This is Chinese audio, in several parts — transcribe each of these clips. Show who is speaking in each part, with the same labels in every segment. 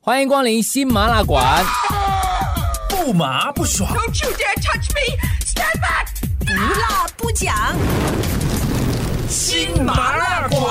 Speaker 1: 欢迎光临新麻辣馆，
Speaker 2: 不麻不爽，
Speaker 3: Don't you dare touch me! Stand back!
Speaker 4: 不辣不讲，
Speaker 2: 新麻辣馆。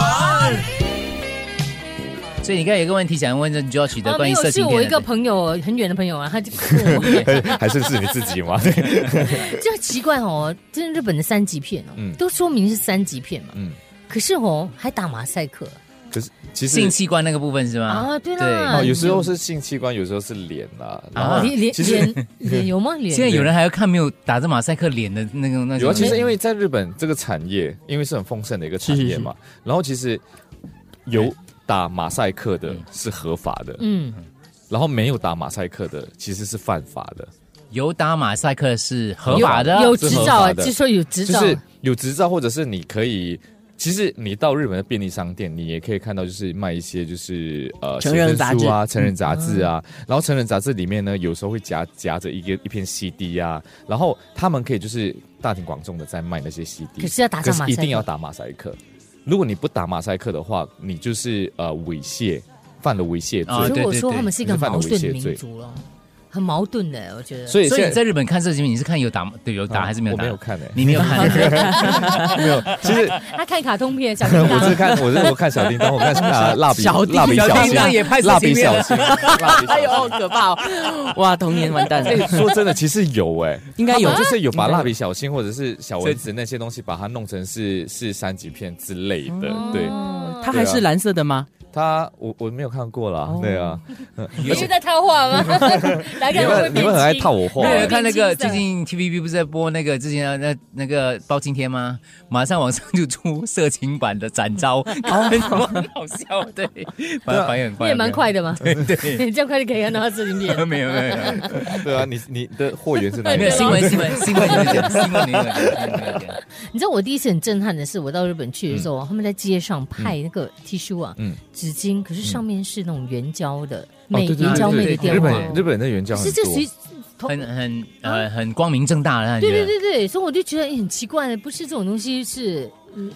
Speaker 1: 所以你刚才有一个问题想问这 George 的
Speaker 5: 哦，
Speaker 1: 关
Speaker 5: 没
Speaker 1: 于
Speaker 5: 有，
Speaker 1: 色
Speaker 5: 是
Speaker 1: 情
Speaker 5: 我一
Speaker 1: 片
Speaker 5: 个
Speaker 1: 的，
Speaker 5: 朋友，很远的朋友啊，他 就问我
Speaker 6: 还是是你自己吗？
Speaker 5: 就奇怪哦，这日本的三级片哦，都说明是三级片嘛，
Speaker 6: 嗯
Speaker 5: 可是哦还打马赛克
Speaker 6: 可是其实
Speaker 1: 性器官那个部分是吗？
Speaker 5: 啊，对啦，
Speaker 6: 哦，有时候是性器官，有时候是脸啦。然
Speaker 1: 啊
Speaker 6: 后
Speaker 5: 脸脸
Speaker 6: 其实
Speaker 5: 脸脸有吗？脸
Speaker 1: 现在有人还要看没有打着马赛克脸的那个那种，
Speaker 6: 主要啊其实因为在日本这个产业，因为是很丰盛的一个产业嘛，
Speaker 1: 嗯
Speaker 6: 然后其实有打马赛克
Speaker 1: 嗯
Speaker 6: 的是合法的，
Speaker 5: 嗯，
Speaker 6: 然后没有打马赛克的其实是犯法的，
Speaker 1: 有打马赛克是合法的，
Speaker 5: 有
Speaker 6: 是
Speaker 5: 执
Speaker 6: 合
Speaker 5: 照
Speaker 6: 法
Speaker 5: 啊，
Speaker 6: 的
Speaker 5: 据说有执
Speaker 6: 就
Speaker 5: 照，
Speaker 6: 是有执照或者是你可以。其实你到日本的便利商店，你也可以看到，就是卖一些就是呃
Speaker 7: 成人杂
Speaker 6: 写
Speaker 7: 志
Speaker 6: 真书啊、成人杂志啊，然后成人杂志里面呢，有时候会夹夹着一个一片 CD 啊，然后他们可以就是大庭广众的在卖那些 CD，
Speaker 5: 可是要打上马
Speaker 6: 可是一
Speaker 5: 赛
Speaker 6: 定要
Speaker 5: 克，
Speaker 6: 打马赛克。如果你不打马赛克的话，你就是呃猥亵，犯了猥亵罪。
Speaker 1: 啊
Speaker 5: 所以
Speaker 1: 对
Speaker 5: 我
Speaker 1: 对
Speaker 5: 说
Speaker 1: 对
Speaker 5: 他们是一个
Speaker 6: 你是犯了
Speaker 5: 矛盾
Speaker 6: 猥
Speaker 5: 的
Speaker 6: 亵罪
Speaker 5: 民族了，很矛盾的，我觉得。
Speaker 6: 所以
Speaker 1: 所以
Speaker 6: 现
Speaker 1: 你在日本看色情片，你是看有打对有打还是没有
Speaker 6: 啊我
Speaker 1: 打
Speaker 6: 没？有看欸诶、
Speaker 1: 你没有看，
Speaker 6: 没有。其实
Speaker 5: 他看卡通 片，小叮
Speaker 6: 我
Speaker 5: 当
Speaker 6: 是看我是我看小叮当，我看啊蜡笔
Speaker 7: 小叮
Speaker 6: 蜡笔
Speaker 1: 小
Speaker 6: 小
Speaker 1: 叮当也拍
Speaker 6: 新，
Speaker 1: 色
Speaker 6: 蜡
Speaker 1: 情
Speaker 6: 笔
Speaker 1: 片
Speaker 6: 小
Speaker 1: 了
Speaker 6: 新，蜡笔
Speaker 7: 哎
Speaker 6: 小
Speaker 7: 呦，可怕、 哦！哇，童年完蛋了，
Speaker 6: 新。说真的，其实有诶，
Speaker 7: 应该有
Speaker 6: 他们就是有把蜡笔小新或者是小蚊子那些东西，把它弄成是是三级片之类的。
Speaker 5: 哦
Speaker 6: 对，
Speaker 7: 它还是蓝色的吗？
Speaker 6: 他我我没有看过啦，对啊，
Speaker 5: 你是在套话 吗？来
Speaker 6: 你
Speaker 5: 个
Speaker 6: 们你们很爱套我话
Speaker 1: 没
Speaker 5: 对
Speaker 1: 有
Speaker 5: 啊
Speaker 1: 人看那个
Speaker 5: 变青色
Speaker 1: 最近 TVB 不是在播那个之前的那那个包青天吗？马上网上就出色情版的展昭，
Speaker 5: 哦
Speaker 1: 很好笑，对，反
Speaker 6: 啊
Speaker 1: 正反应很
Speaker 5: 你
Speaker 1: 快，
Speaker 5: 也蛮快
Speaker 1: 的，
Speaker 5: 的 嘛，
Speaker 1: 对，
Speaker 5: 你这样快就可以看到他视频片。
Speaker 1: 没有没有。没有
Speaker 6: 对啊，你你的货源是哪里？啊
Speaker 1: 没有新闻，新闻，新闻你讲，新闻你讲，
Speaker 5: 你知道我第一次很震撼的是，我到日本去的时候，他们在街上派那个 T 恤啊、
Speaker 6: 嗯
Speaker 5: 纸巾，可是上面是那种援交的
Speaker 6: 哦
Speaker 5: 美
Speaker 6: 对对
Speaker 5: 援交
Speaker 6: 对
Speaker 5: 妹
Speaker 6: 对
Speaker 5: 的
Speaker 6: 日
Speaker 5: 电话。
Speaker 6: 本日本人的援交
Speaker 5: 可
Speaker 6: 很
Speaker 5: 是这
Speaker 6: 多，
Speaker 5: 谁？同
Speaker 1: 很很呃很光明正大的感觉。
Speaker 5: 对哦对对对，所以我就觉得、哎很奇怪不是这种东西是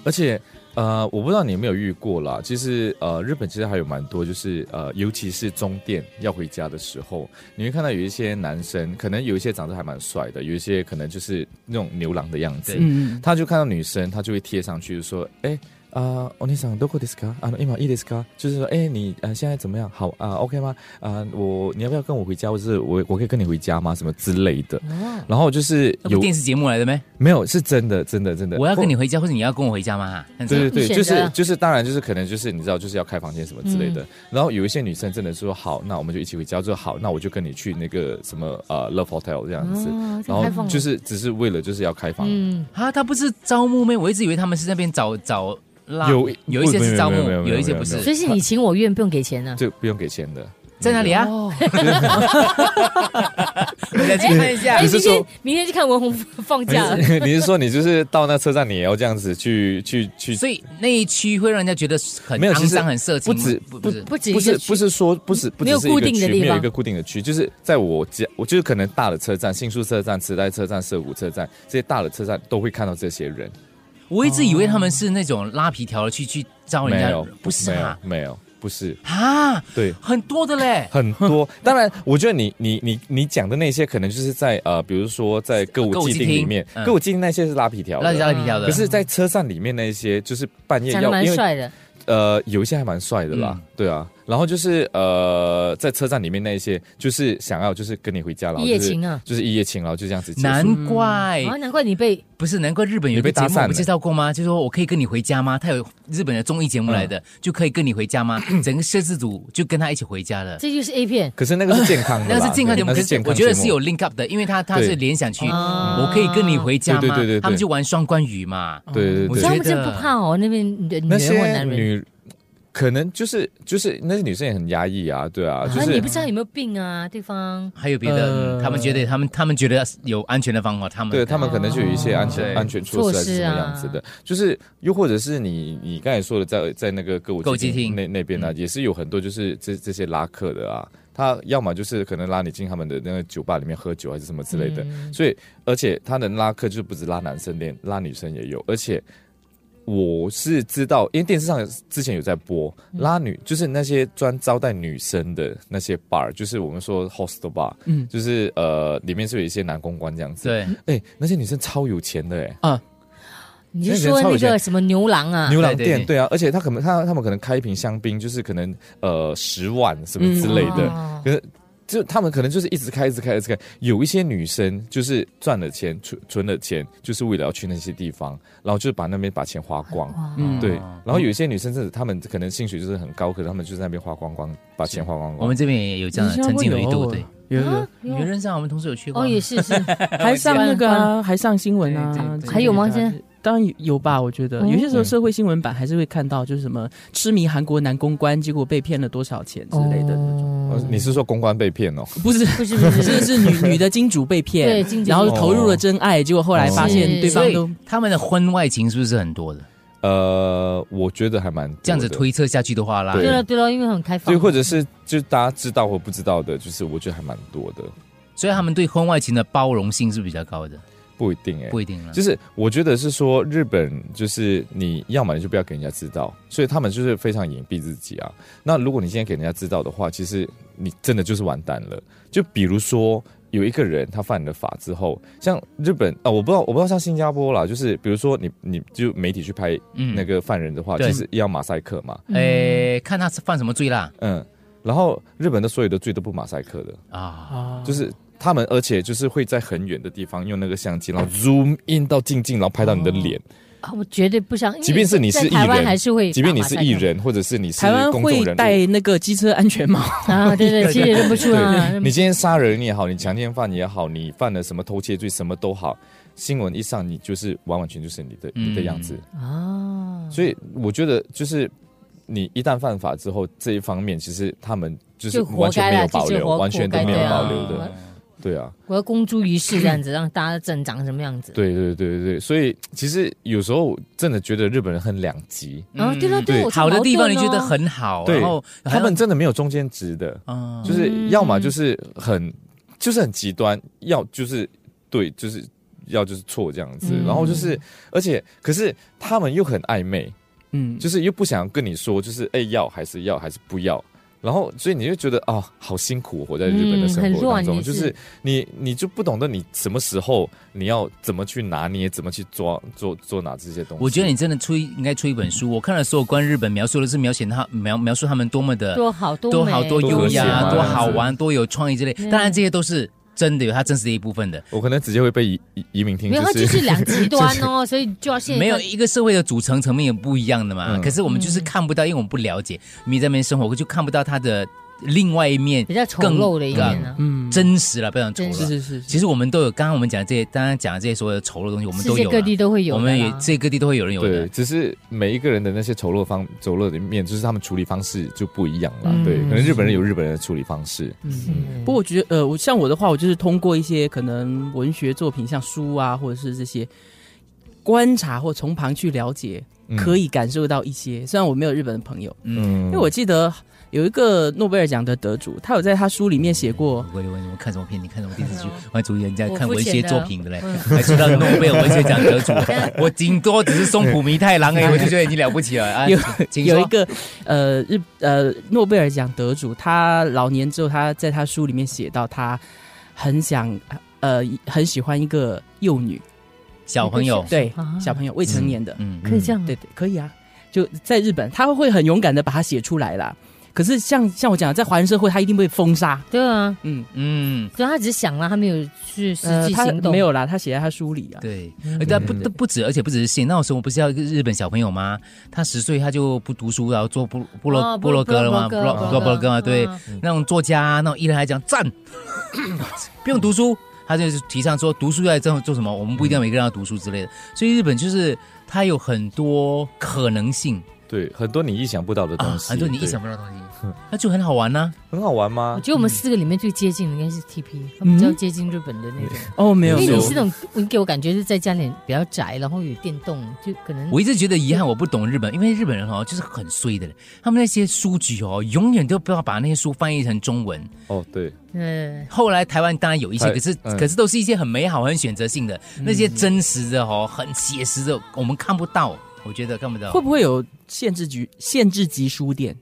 Speaker 6: 而且呃，我不知道你有没有遇过啦。其实呃，日本其实还有蛮多，就是呃，尤其是中电要回家的时候，你会看到有一些男生，可能有一些长得还蛮帅的，有一些可能就是那种牛郎的样子，
Speaker 1: 对
Speaker 7: 嗯，
Speaker 6: 他就看到女生，他就会贴上去就说，哎、啊，お兄さんどこですか？あの今いいですか？就是说，哎、你呃现在怎么样？好啊、o k 吗？啊、我你要不要跟我回家？或者是我我可以跟你回家吗？什么之类的。
Speaker 5: 哦，
Speaker 6: 然后就是
Speaker 1: 那
Speaker 6: 有
Speaker 1: 不电视节目来的咩？
Speaker 6: 没有是真的，真的真的。
Speaker 1: 我要跟
Speaker 6: 或
Speaker 1: 你回家，或者你要跟我回家吗？这样子
Speaker 6: 对对
Speaker 5: 你
Speaker 6: 对，
Speaker 5: 选
Speaker 6: 就
Speaker 5: 择
Speaker 6: 是就是，当然就是可能就是你知道就是要开房间什么之类
Speaker 5: 嗯
Speaker 6: 的。然后有一些女生真的说好，那我们就一起回家，就好，那我就跟你去那个什么呃 Love Hotel 这样子。
Speaker 5: 哦这
Speaker 6: 然
Speaker 5: 个开放
Speaker 6: 后
Speaker 5: 了
Speaker 6: 就是只是为了就是要开房，
Speaker 5: 嗯，
Speaker 1: 啊，他不是招募咩？我一直以为他们是那边找找拉，
Speaker 6: 有
Speaker 1: 有一些是招
Speaker 6: 没有
Speaker 1: 募
Speaker 6: 没有，没有
Speaker 1: 有一些
Speaker 6: 没有
Speaker 1: 不是
Speaker 6: 没有
Speaker 5: 所以是你情我愿，不用给钱啊呢、
Speaker 6: 就不用给钱的。
Speaker 1: 在哪里
Speaker 6: 哎
Speaker 1: 啊？ 我再去看一下
Speaker 5: 哎，
Speaker 6: 你是
Speaker 5: 明
Speaker 6: 说哎
Speaker 5: 天明天去看文红放
Speaker 6: 那
Speaker 5: 假
Speaker 6: 个？
Speaker 5: 了
Speaker 6: 你。是你是说你就是到那车站你也要这样子去去去？
Speaker 1: 所以那一区会让人家觉得很
Speaker 6: 没有其
Speaker 1: 肮
Speaker 6: 实
Speaker 1: 脏、很色情，
Speaker 6: 不止
Speaker 1: 不不是
Speaker 5: 不止一
Speaker 6: 不
Speaker 5: 个
Speaker 6: 是
Speaker 5: 区
Speaker 6: 不是说不是不
Speaker 5: 没
Speaker 6: 只
Speaker 5: 有
Speaker 6: 是一
Speaker 5: 固
Speaker 6: 个
Speaker 5: 定的
Speaker 6: 区
Speaker 5: 地
Speaker 6: 没有一
Speaker 5: 方
Speaker 6: 个固定的区，就是在我家，我就是可能大的车站，新宿车站、池袋车站、涩谷车站这些大的车站都会看到这些人。
Speaker 1: 我一直以为他们是那种拉皮条的去去招人
Speaker 6: 没
Speaker 1: 家
Speaker 6: 有，，
Speaker 1: 哦不是
Speaker 6: 没有
Speaker 1: 啊，
Speaker 6: 没有，不是，
Speaker 1: 啊，
Speaker 6: 对。
Speaker 1: 很多的嘞，
Speaker 6: 很多，当然，我觉得你你你你讲的那些，可能就是在呃，比如说在歌
Speaker 1: 歌
Speaker 6: 舞
Speaker 1: 舞
Speaker 6: 伎
Speaker 1: 伎
Speaker 6: 町里
Speaker 1: 町
Speaker 6: 面，
Speaker 1: 嗯
Speaker 6: 歌舞伎町那些是拉皮条
Speaker 1: 拉
Speaker 6: 的，
Speaker 1: 拉皮条的，
Speaker 6: 可是，在车站里面那些，就是半夜
Speaker 5: 长得
Speaker 6: 要，
Speaker 5: 蛮
Speaker 6: 因为
Speaker 5: 帅的，
Speaker 6: 呃，有一些还蛮帅的啦，
Speaker 1: 嗯
Speaker 6: 对啊。然后就是呃，在车站里面那一些，就是想要就是跟你回家了，
Speaker 5: 一夜情啊
Speaker 6: 就是，就是哎一夜情，然后就这样子结束。
Speaker 1: 难怪
Speaker 5: 啊，难怪你被
Speaker 1: 不是，难怪日本有一个节
Speaker 6: 嗯你被
Speaker 1: 目
Speaker 6: 搭讪
Speaker 1: 我
Speaker 6: 了
Speaker 1: 不介绍过吗？就说我可以跟你回家吗？他有日本的综艺节目来
Speaker 6: 嗯
Speaker 1: 的，就可以跟你回家吗？整个摄制组就跟他一起回家了。
Speaker 5: 这就是 A 片。
Speaker 6: 可是那个是健康的 啦，
Speaker 1: 那是健康节目，
Speaker 6: 那
Speaker 1: 可
Speaker 6: 是
Speaker 1: 是
Speaker 6: 健康
Speaker 1: 我觉得
Speaker 6: 节
Speaker 1: 是
Speaker 6: 目
Speaker 1: 有 link up 的，因为他他是
Speaker 6: 对
Speaker 1: 联想去，
Speaker 5: 啊
Speaker 1: 我可以跟你回家吗？
Speaker 6: 对对对对对
Speaker 1: 他们就玩双关语嘛。
Speaker 6: 对对
Speaker 1: 我觉
Speaker 6: 对
Speaker 5: 他
Speaker 1: 得
Speaker 5: 们真不怕哦，那边的女
Speaker 6: 那
Speaker 5: 人或
Speaker 6: 些
Speaker 5: 男人。
Speaker 6: 女，可能就是就是那些女生也很压抑啊，对啊，就
Speaker 5: 啊，你
Speaker 6: 是
Speaker 5: 不知道有没有病啊？对方
Speaker 1: 还有别的，
Speaker 5: 呃
Speaker 1: 嗯他们觉得他们他们觉得有安全的方法，他们哦
Speaker 6: 对他们可能就有一些安全
Speaker 1: 对
Speaker 6: 安全措施
Speaker 5: 措
Speaker 6: 还是
Speaker 5: 施
Speaker 6: 什
Speaker 5: 啊
Speaker 6: 么样子的，就是又或者是你你刚才说的在在那个歌舞
Speaker 1: 歌舞伎町嗯
Speaker 6: 那那边呢，啊也是有很多就是这这些拉客的啊，他要么就是可能拉你进他们的那个酒吧里面喝酒还是什么之
Speaker 1: 嗯
Speaker 6: 类的，所以而且他能拉客就不止拉男生，连拉女生也有，而且。我是知道，因为电视上之前有在播
Speaker 1: 嗯
Speaker 6: 拉女，就是那些专招待女生的那些 bar，就是我们说 hostel bar，
Speaker 7: 嗯
Speaker 6: 就是呃里面是有一些男公关这样子。
Speaker 1: 对，
Speaker 6: 对，哎，那些女生超有钱的哎。
Speaker 7: 啊，
Speaker 5: 你是说那个什么牛郎啊？
Speaker 6: 牛郎
Speaker 1: 对对
Speaker 6: 店
Speaker 1: 对
Speaker 6: 对啊，而且他可能他他们可能开一瓶香槟，就是可能呃十万什么之类的，
Speaker 5: 哦
Speaker 6: 可是就他们可能就是一直开，一直开，一直开。有一些女生就是赚了钱，存存了钱，就是为了要去那些地方，然后就把那边把钱花光。
Speaker 1: 哦
Speaker 5: 哇
Speaker 7: 嗯
Speaker 6: 对，然后有一些女生真的，她们可能薪水就是很高，可是她们就在那边花光光，把钱花光光。
Speaker 1: 我们这边也有这样的，曾经有一度对。
Speaker 7: 有
Speaker 5: 啊
Speaker 7: 有，
Speaker 1: 你们认识啊？我们同事有去过
Speaker 5: 哦，
Speaker 1: 啊。
Speaker 5: 也是是，
Speaker 7: 还上那个啊，还上新闻
Speaker 1: 对对
Speaker 7: 啊
Speaker 1: 对，
Speaker 5: 还有吗现在？
Speaker 7: 当然有有吧，我觉得
Speaker 5: 哦
Speaker 7: 有些时候社会新闻版还是会看到，就是什么痴迷韩国男公关，结果被骗了多少钱之类的，
Speaker 6: 呃
Speaker 5: 哦
Speaker 6: 你是说公关被骗哦？
Speaker 7: 不是
Speaker 5: 不是不是
Speaker 7: 这 个是女女的金主被骗，
Speaker 5: 对金主
Speaker 7: 然后
Speaker 5: 被
Speaker 6: 骗
Speaker 7: 投入了真爱，结果后来发现
Speaker 5: 哦
Speaker 7: 对
Speaker 1: 所
Speaker 7: 方
Speaker 1: 以
Speaker 7: 都
Speaker 1: 他们的婚外情是不是很多的？
Speaker 6: 呃，我觉得还蛮多的
Speaker 1: 这样子。推测下去的话啦，
Speaker 5: 对了对了，因为很开放，
Speaker 6: 对，或者是就大家知道或不知道的，就是我觉得还蛮多的，
Speaker 1: 所以他们对婚外情的包容性是比较高的，
Speaker 6: 不一定哎、
Speaker 1: 不一定了。
Speaker 6: 就是我觉得是说日本就是你要么你就不要给人家知道，所以他们就是非常隐蔽自己啊。那如果你今天给人家知道的话，其实你真的就是完蛋了。就比如说有一个人他犯了法之后，像日本啊、我不知道我不知道像新加坡啦，就是比如说你你就媒体去拍
Speaker 1: 嗯
Speaker 6: 那个犯人的话，
Speaker 1: 对
Speaker 6: 其实要马赛克
Speaker 5: 嗯
Speaker 6: 嘛，
Speaker 1: 诶，看他是犯什么罪啦
Speaker 6: 嗯，然后日本的所有的罪都不马赛克的，
Speaker 1: 啊！
Speaker 7: 啊
Speaker 6: 就是。他们，而且就是会在很远的地方用那个相机，然后 zoom in 到近近，然后拍到你的脸，
Speaker 5: 啊，我绝对不想，因为
Speaker 6: 即便是你是
Speaker 5: 在
Speaker 6: 艺
Speaker 5: 台湾
Speaker 6: 人
Speaker 5: 还是会，
Speaker 6: 即便你是艺。人，或者是你是
Speaker 7: 台湾
Speaker 6: 公
Speaker 7: 会
Speaker 6: 众人物，
Speaker 7: 戴那个机车安全帽，
Speaker 5: 啊，对对，其实也认不出啊。认不
Speaker 6: 你今天杀人也好，你强奸犯也好，你犯了什么偷窃罪，什么都好，新闻一上，你就是完完全就是你的、
Speaker 1: 嗯
Speaker 6: 你的样子。
Speaker 5: 啊，
Speaker 6: 所以我觉得，就是你一旦犯法之后，这一方面其实他们就是
Speaker 5: 就
Speaker 6: 完
Speaker 5: 活
Speaker 6: 全
Speaker 5: 该
Speaker 6: 没
Speaker 5: 啦
Speaker 6: 有保
Speaker 5: 就是
Speaker 6: 留，
Speaker 5: 活
Speaker 6: 完全都
Speaker 5: 活该
Speaker 6: 没有
Speaker 5: 对啊
Speaker 6: 保留的，对啊。
Speaker 5: 我要公诸于世这样子，让大家真长什么样子。
Speaker 6: 对对对对对，所以其实有时候真的觉得日本人很两极，
Speaker 5: 啊，对了对，
Speaker 6: 嗯对
Speaker 5: 我
Speaker 1: 好的地方你觉得
Speaker 5: 很。
Speaker 1: 很好，
Speaker 6: 对
Speaker 1: 然后
Speaker 6: 他们真的没有中间值的。
Speaker 1: 啊，
Speaker 6: 就
Speaker 5: 嗯
Speaker 6: 是要么就是很就是很极端，要就是对，就是要就是错这样子，
Speaker 5: 嗯
Speaker 6: 然后就是而且可是他们又很暧昧，
Speaker 7: 嗯，
Speaker 6: 就是又不想跟你说，就是哎、要还是要还是不要。然后，所以你就觉得啊、好辛苦，活在日本的
Speaker 5: 嗯
Speaker 6: 生
Speaker 5: 很
Speaker 6: 活当
Speaker 5: 乱
Speaker 6: 中，
Speaker 5: 也
Speaker 6: 就是是你，你就不懂得你什么时候你要怎么去拿捏，怎么去抓做做哪这些东西。
Speaker 1: 我觉得你真的出一应该出一本书，我看了所有关于日本描述的是描写他描描述他们多么的
Speaker 5: 多好多
Speaker 1: 多
Speaker 5: 美
Speaker 1: 好多优
Speaker 6: 多和谐
Speaker 1: 雅、
Speaker 6: 嘛
Speaker 1: 多好玩、多有创意之类。
Speaker 5: 对
Speaker 1: 当然这些都是真的有它真实的一部分的，
Speaker 6: 我可能直接会被移移移民听，
Speaker 5: 没有，它
Speaker 6: 就
Speaker 5: 就是两极端哦，所以就要现在
Speaker 1: 没有一个社会的组成层面也不一样的嘛。
Speaker 6: 嗯
Speaker 1: 可是我们就是看不到，因为我们不了解，你在那边生活就看不到它的另外一面
Speaker 5: 比较丑陋的一面啊呢。
Speaker 7: 嗯，
Speaker 1: 真实了，不要讲
Speaker 5: 嗯真
Speaker 1: 丑
Speaker 7: 是
Speaker 1: 陋。
Speaker 7: 是是，
Speaker 1: 其实我们都有，刚刚我们讲的这些，刚刚讲的这些所有的丑陋的东西，我们
Speaker 5: 世
Speaker 1: 都
Speaker 5: 界
Speaker 1: 有
Speaker 5: 各
Speaker 1: 啦。
Speaker 5: 地都会有
Speaker 1: 我
Speaker 5: 的啦，
Speaker 1: 们也这各地都会有人有
Speaker 6: 对，
Speaker 1: 的。
Speaker 6: 只是每一个人的那些丑陋方丑陋的面，就是他们处理方式就不一样了。
Speaker 5: 嗯
Speaker 6: 对，可能日本人有日本人的处理方式。
Speaker 7: 嗯不过我觉得，呃，我像我的话，我就是通过一些可能文学作品，像书啊，或者是这些观察或从旁去了解，
Speaker 6: 嗯
Speaker 7: 可，以感受到一些。虽然我没有日本的朋友，
Speaker 6: 嗯，因
Speaker 7: 因为我记得有一个诺贝尔奖的得主，他有在他书里面写过，
Speaker 1: 我问我看什么片？你看什么电视剧
Speaker 5: 嗯？
Speaker 1: 我还注意人家
Speaker 5: 我
Speaker 1: 看
Speaker 5: 肤
Speaker 1: 文
Speaker 5: 浅
Speaker 1: 学
Speaker 5: 的
Speaker 1: 作品的嘞，
Speaker 5: 嗯
Speaker 1: 还知道诺贝尔文学奖得 主。我顶多只是送普弥太郎
Speaker 5: 嗯
Speaker 1: 而已，我就觉得已经了不起了。啊，
Speaker 7: 有
Speaker 1: 请
Speaker 7: 有一
Speaker 1: 说。
Speaker 7: 个呃日呃诺贝尔奖得主，他老年之后，他在他书里面写到，他很想呃很喜欢一个幼女，
Speaker 1: 小朋友，
Speaker 7: 对
Speaker 5: 啊
Speaker 7: 小朋友未成年的，
Speaker 1: 嗯，
Speaker 5: 可以这样
Speaker 7: 对对，可以啊，就在日本，他会很勇敢的把它写出来啦。可是像像我讲的，在华人社会，他一定被封杀。
Speaker 5: 对啊，
Speaker 7: 嗯，
Speaker 1: 嗯，
Speaker 5: 所以他只是想了，他没有去实
Speaker 7: 呃，
Speaker 5: 际
Speaker 7: 他
Speaker 5: 行动，
Speaker 7: 没有啦，他写在他书里啊。
Speaker 1: 对，
Speaker 5: 嗯
Speaker 1: 而但不不止，而且不只是信。那时候我不是要一个日本小朋友吗？他十岁他就不读书，然后做部部落
Speaker 5: 哦
Speaker 1: 部落格了吗？部
Speaker 5: 部落
Speaker 1: 落
Speaker 5: 格
Speaker 1: 做部落格嘛，
Speaker 5: 部落
Speaker 1: 对
Speaker 5: 格嗯，
Speaker 1: 那种作家啊那种艺人还讲 赞，不用读书，他就是提倡说读书要这样做什么，我们不一定要每个人要读书之类的。所以日本就是它有很多可能性
Speaker 6: 对很多你意想不到的东
Speaker 1: 啊，
Speaker 7: 哦
Speaker 6: 西，
Speaker 1: 很多你意想不到的东西，那就很好玩啊呐。
Speaker 6: 对很好玩
Speaker 5: 我
Speaker 6: 吗？
Speaker 5: 觉得我们四个里面最接近的应该是 TP，他
Speaker 1: 嗯
Speaker 5: 比较接近日本的那种。
Speaker 7: 哦，没有，
Speaker 5: 因
Speaker 7: 没
Speaker 5: 为
Speaker 7: 有
Speaker 5: 你是那种，你给我感觉是在家里比较宅，然后有电动，就可能
Speaker 1: 我一直觉得遗憾，我不懂日本，因为日本人哦就是很衰的人，他们那些书局哦，永远都不要把那些书翻译成中文。
Speaker 6: 哦，对，
Speaker 5: 嗯，
Speaker 1: 后来台湾当然有一些，
Speaker 7: 哎
Speaker 6: 台
Speaker 1: 可是、
Speaker 6: 嗯
Speaker 1: 可是
Speaker 7: 嗯
Speaker 1: 都是一些很美好、很选择性的，那些真实的哦，很写实的，我们看不到。我觉得看不到
Speaker 7: 会。不会有限制局限制级书店？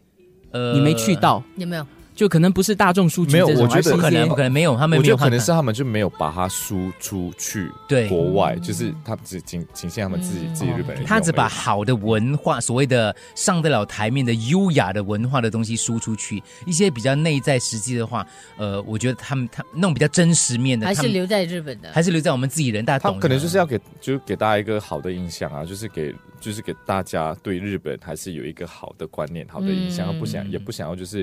Speaker 1: 呃
Speaker 7: 你没去，到，
Speaker 5: 有没有？就
Speaker 7: 就可能不是大众书局
Speaker 6: 没有
Speaker 7: 这种
Speaker 6: 我觉得
Speaker 7: 而是一
Speaker 1: 不可
Speaker 7: 些
Speaker 1: 能，不可能没有，他们
Speaker 6: 我
Speaker 1: 没
Speaker 6: 觉
Speaker 1: 有
Speaker 6: 得可能
Speaker 1: 看
Speaker 6: 是他们就没有把它输出去
Speaker 1: 对
Speaker 6: 国外，就是他们只仅仅限他们自己、
Speaker 5: 嗯
Speaker 6: 自己日本人用而已。
Speaker 1: 他只把好的文化，所谓的上得了台面的优雅的文化的东西输出去，一些比较内在实际的话，呃，我觉得他们他那种比较真实面的，
Speaker 5: 还
Speaker 1: 他
Speaker 5: 是
Speaker 1: 们
Speaker 5: 留在日本的？
Speaker 1: 还是留在我们自己人，大家
Speaker 6: 他
Speaker 1: 懂的。
Speaker 6: 可能就是要给就给大家一个好的印象啊，就是给就是给大家对日本还是有一个好的观念、好的印象，
Speaker 5: 嗯
Speaker 6: 他不想也不想要就是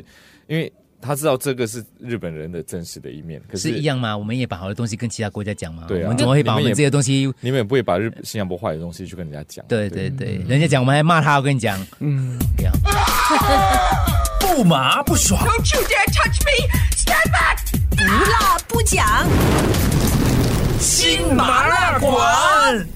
Speaker 6: 因为。他知道这个是日本人的真实的一面，可
Speaker 1: 是一样吗？我们也把好的东西跟其他国家讲嘛，
Speaker 6: 对啊
Speaker 1: 我们怎么会把我
Speaker 6: 你
Speaker 1: 们
Speaker 6: 们也
Speaker 1: 这些东西？
Speaker 6: 你们也不会把日新加坡坏的东西去跟人家讲。
Speaker 1: 对对对，
Speaker 6: 嗯
Speaker 1: 人家讲我们还骂他，我跟你讲，
Speaker 7: 嗯，
Speaker 1: 这样
Speaker 2: 不麻不爽，
Speaker 3: Don't you dare touch me! Stand back!
Speaker 4: 不辣不讲。
Speaker 2: 新麻辣馆。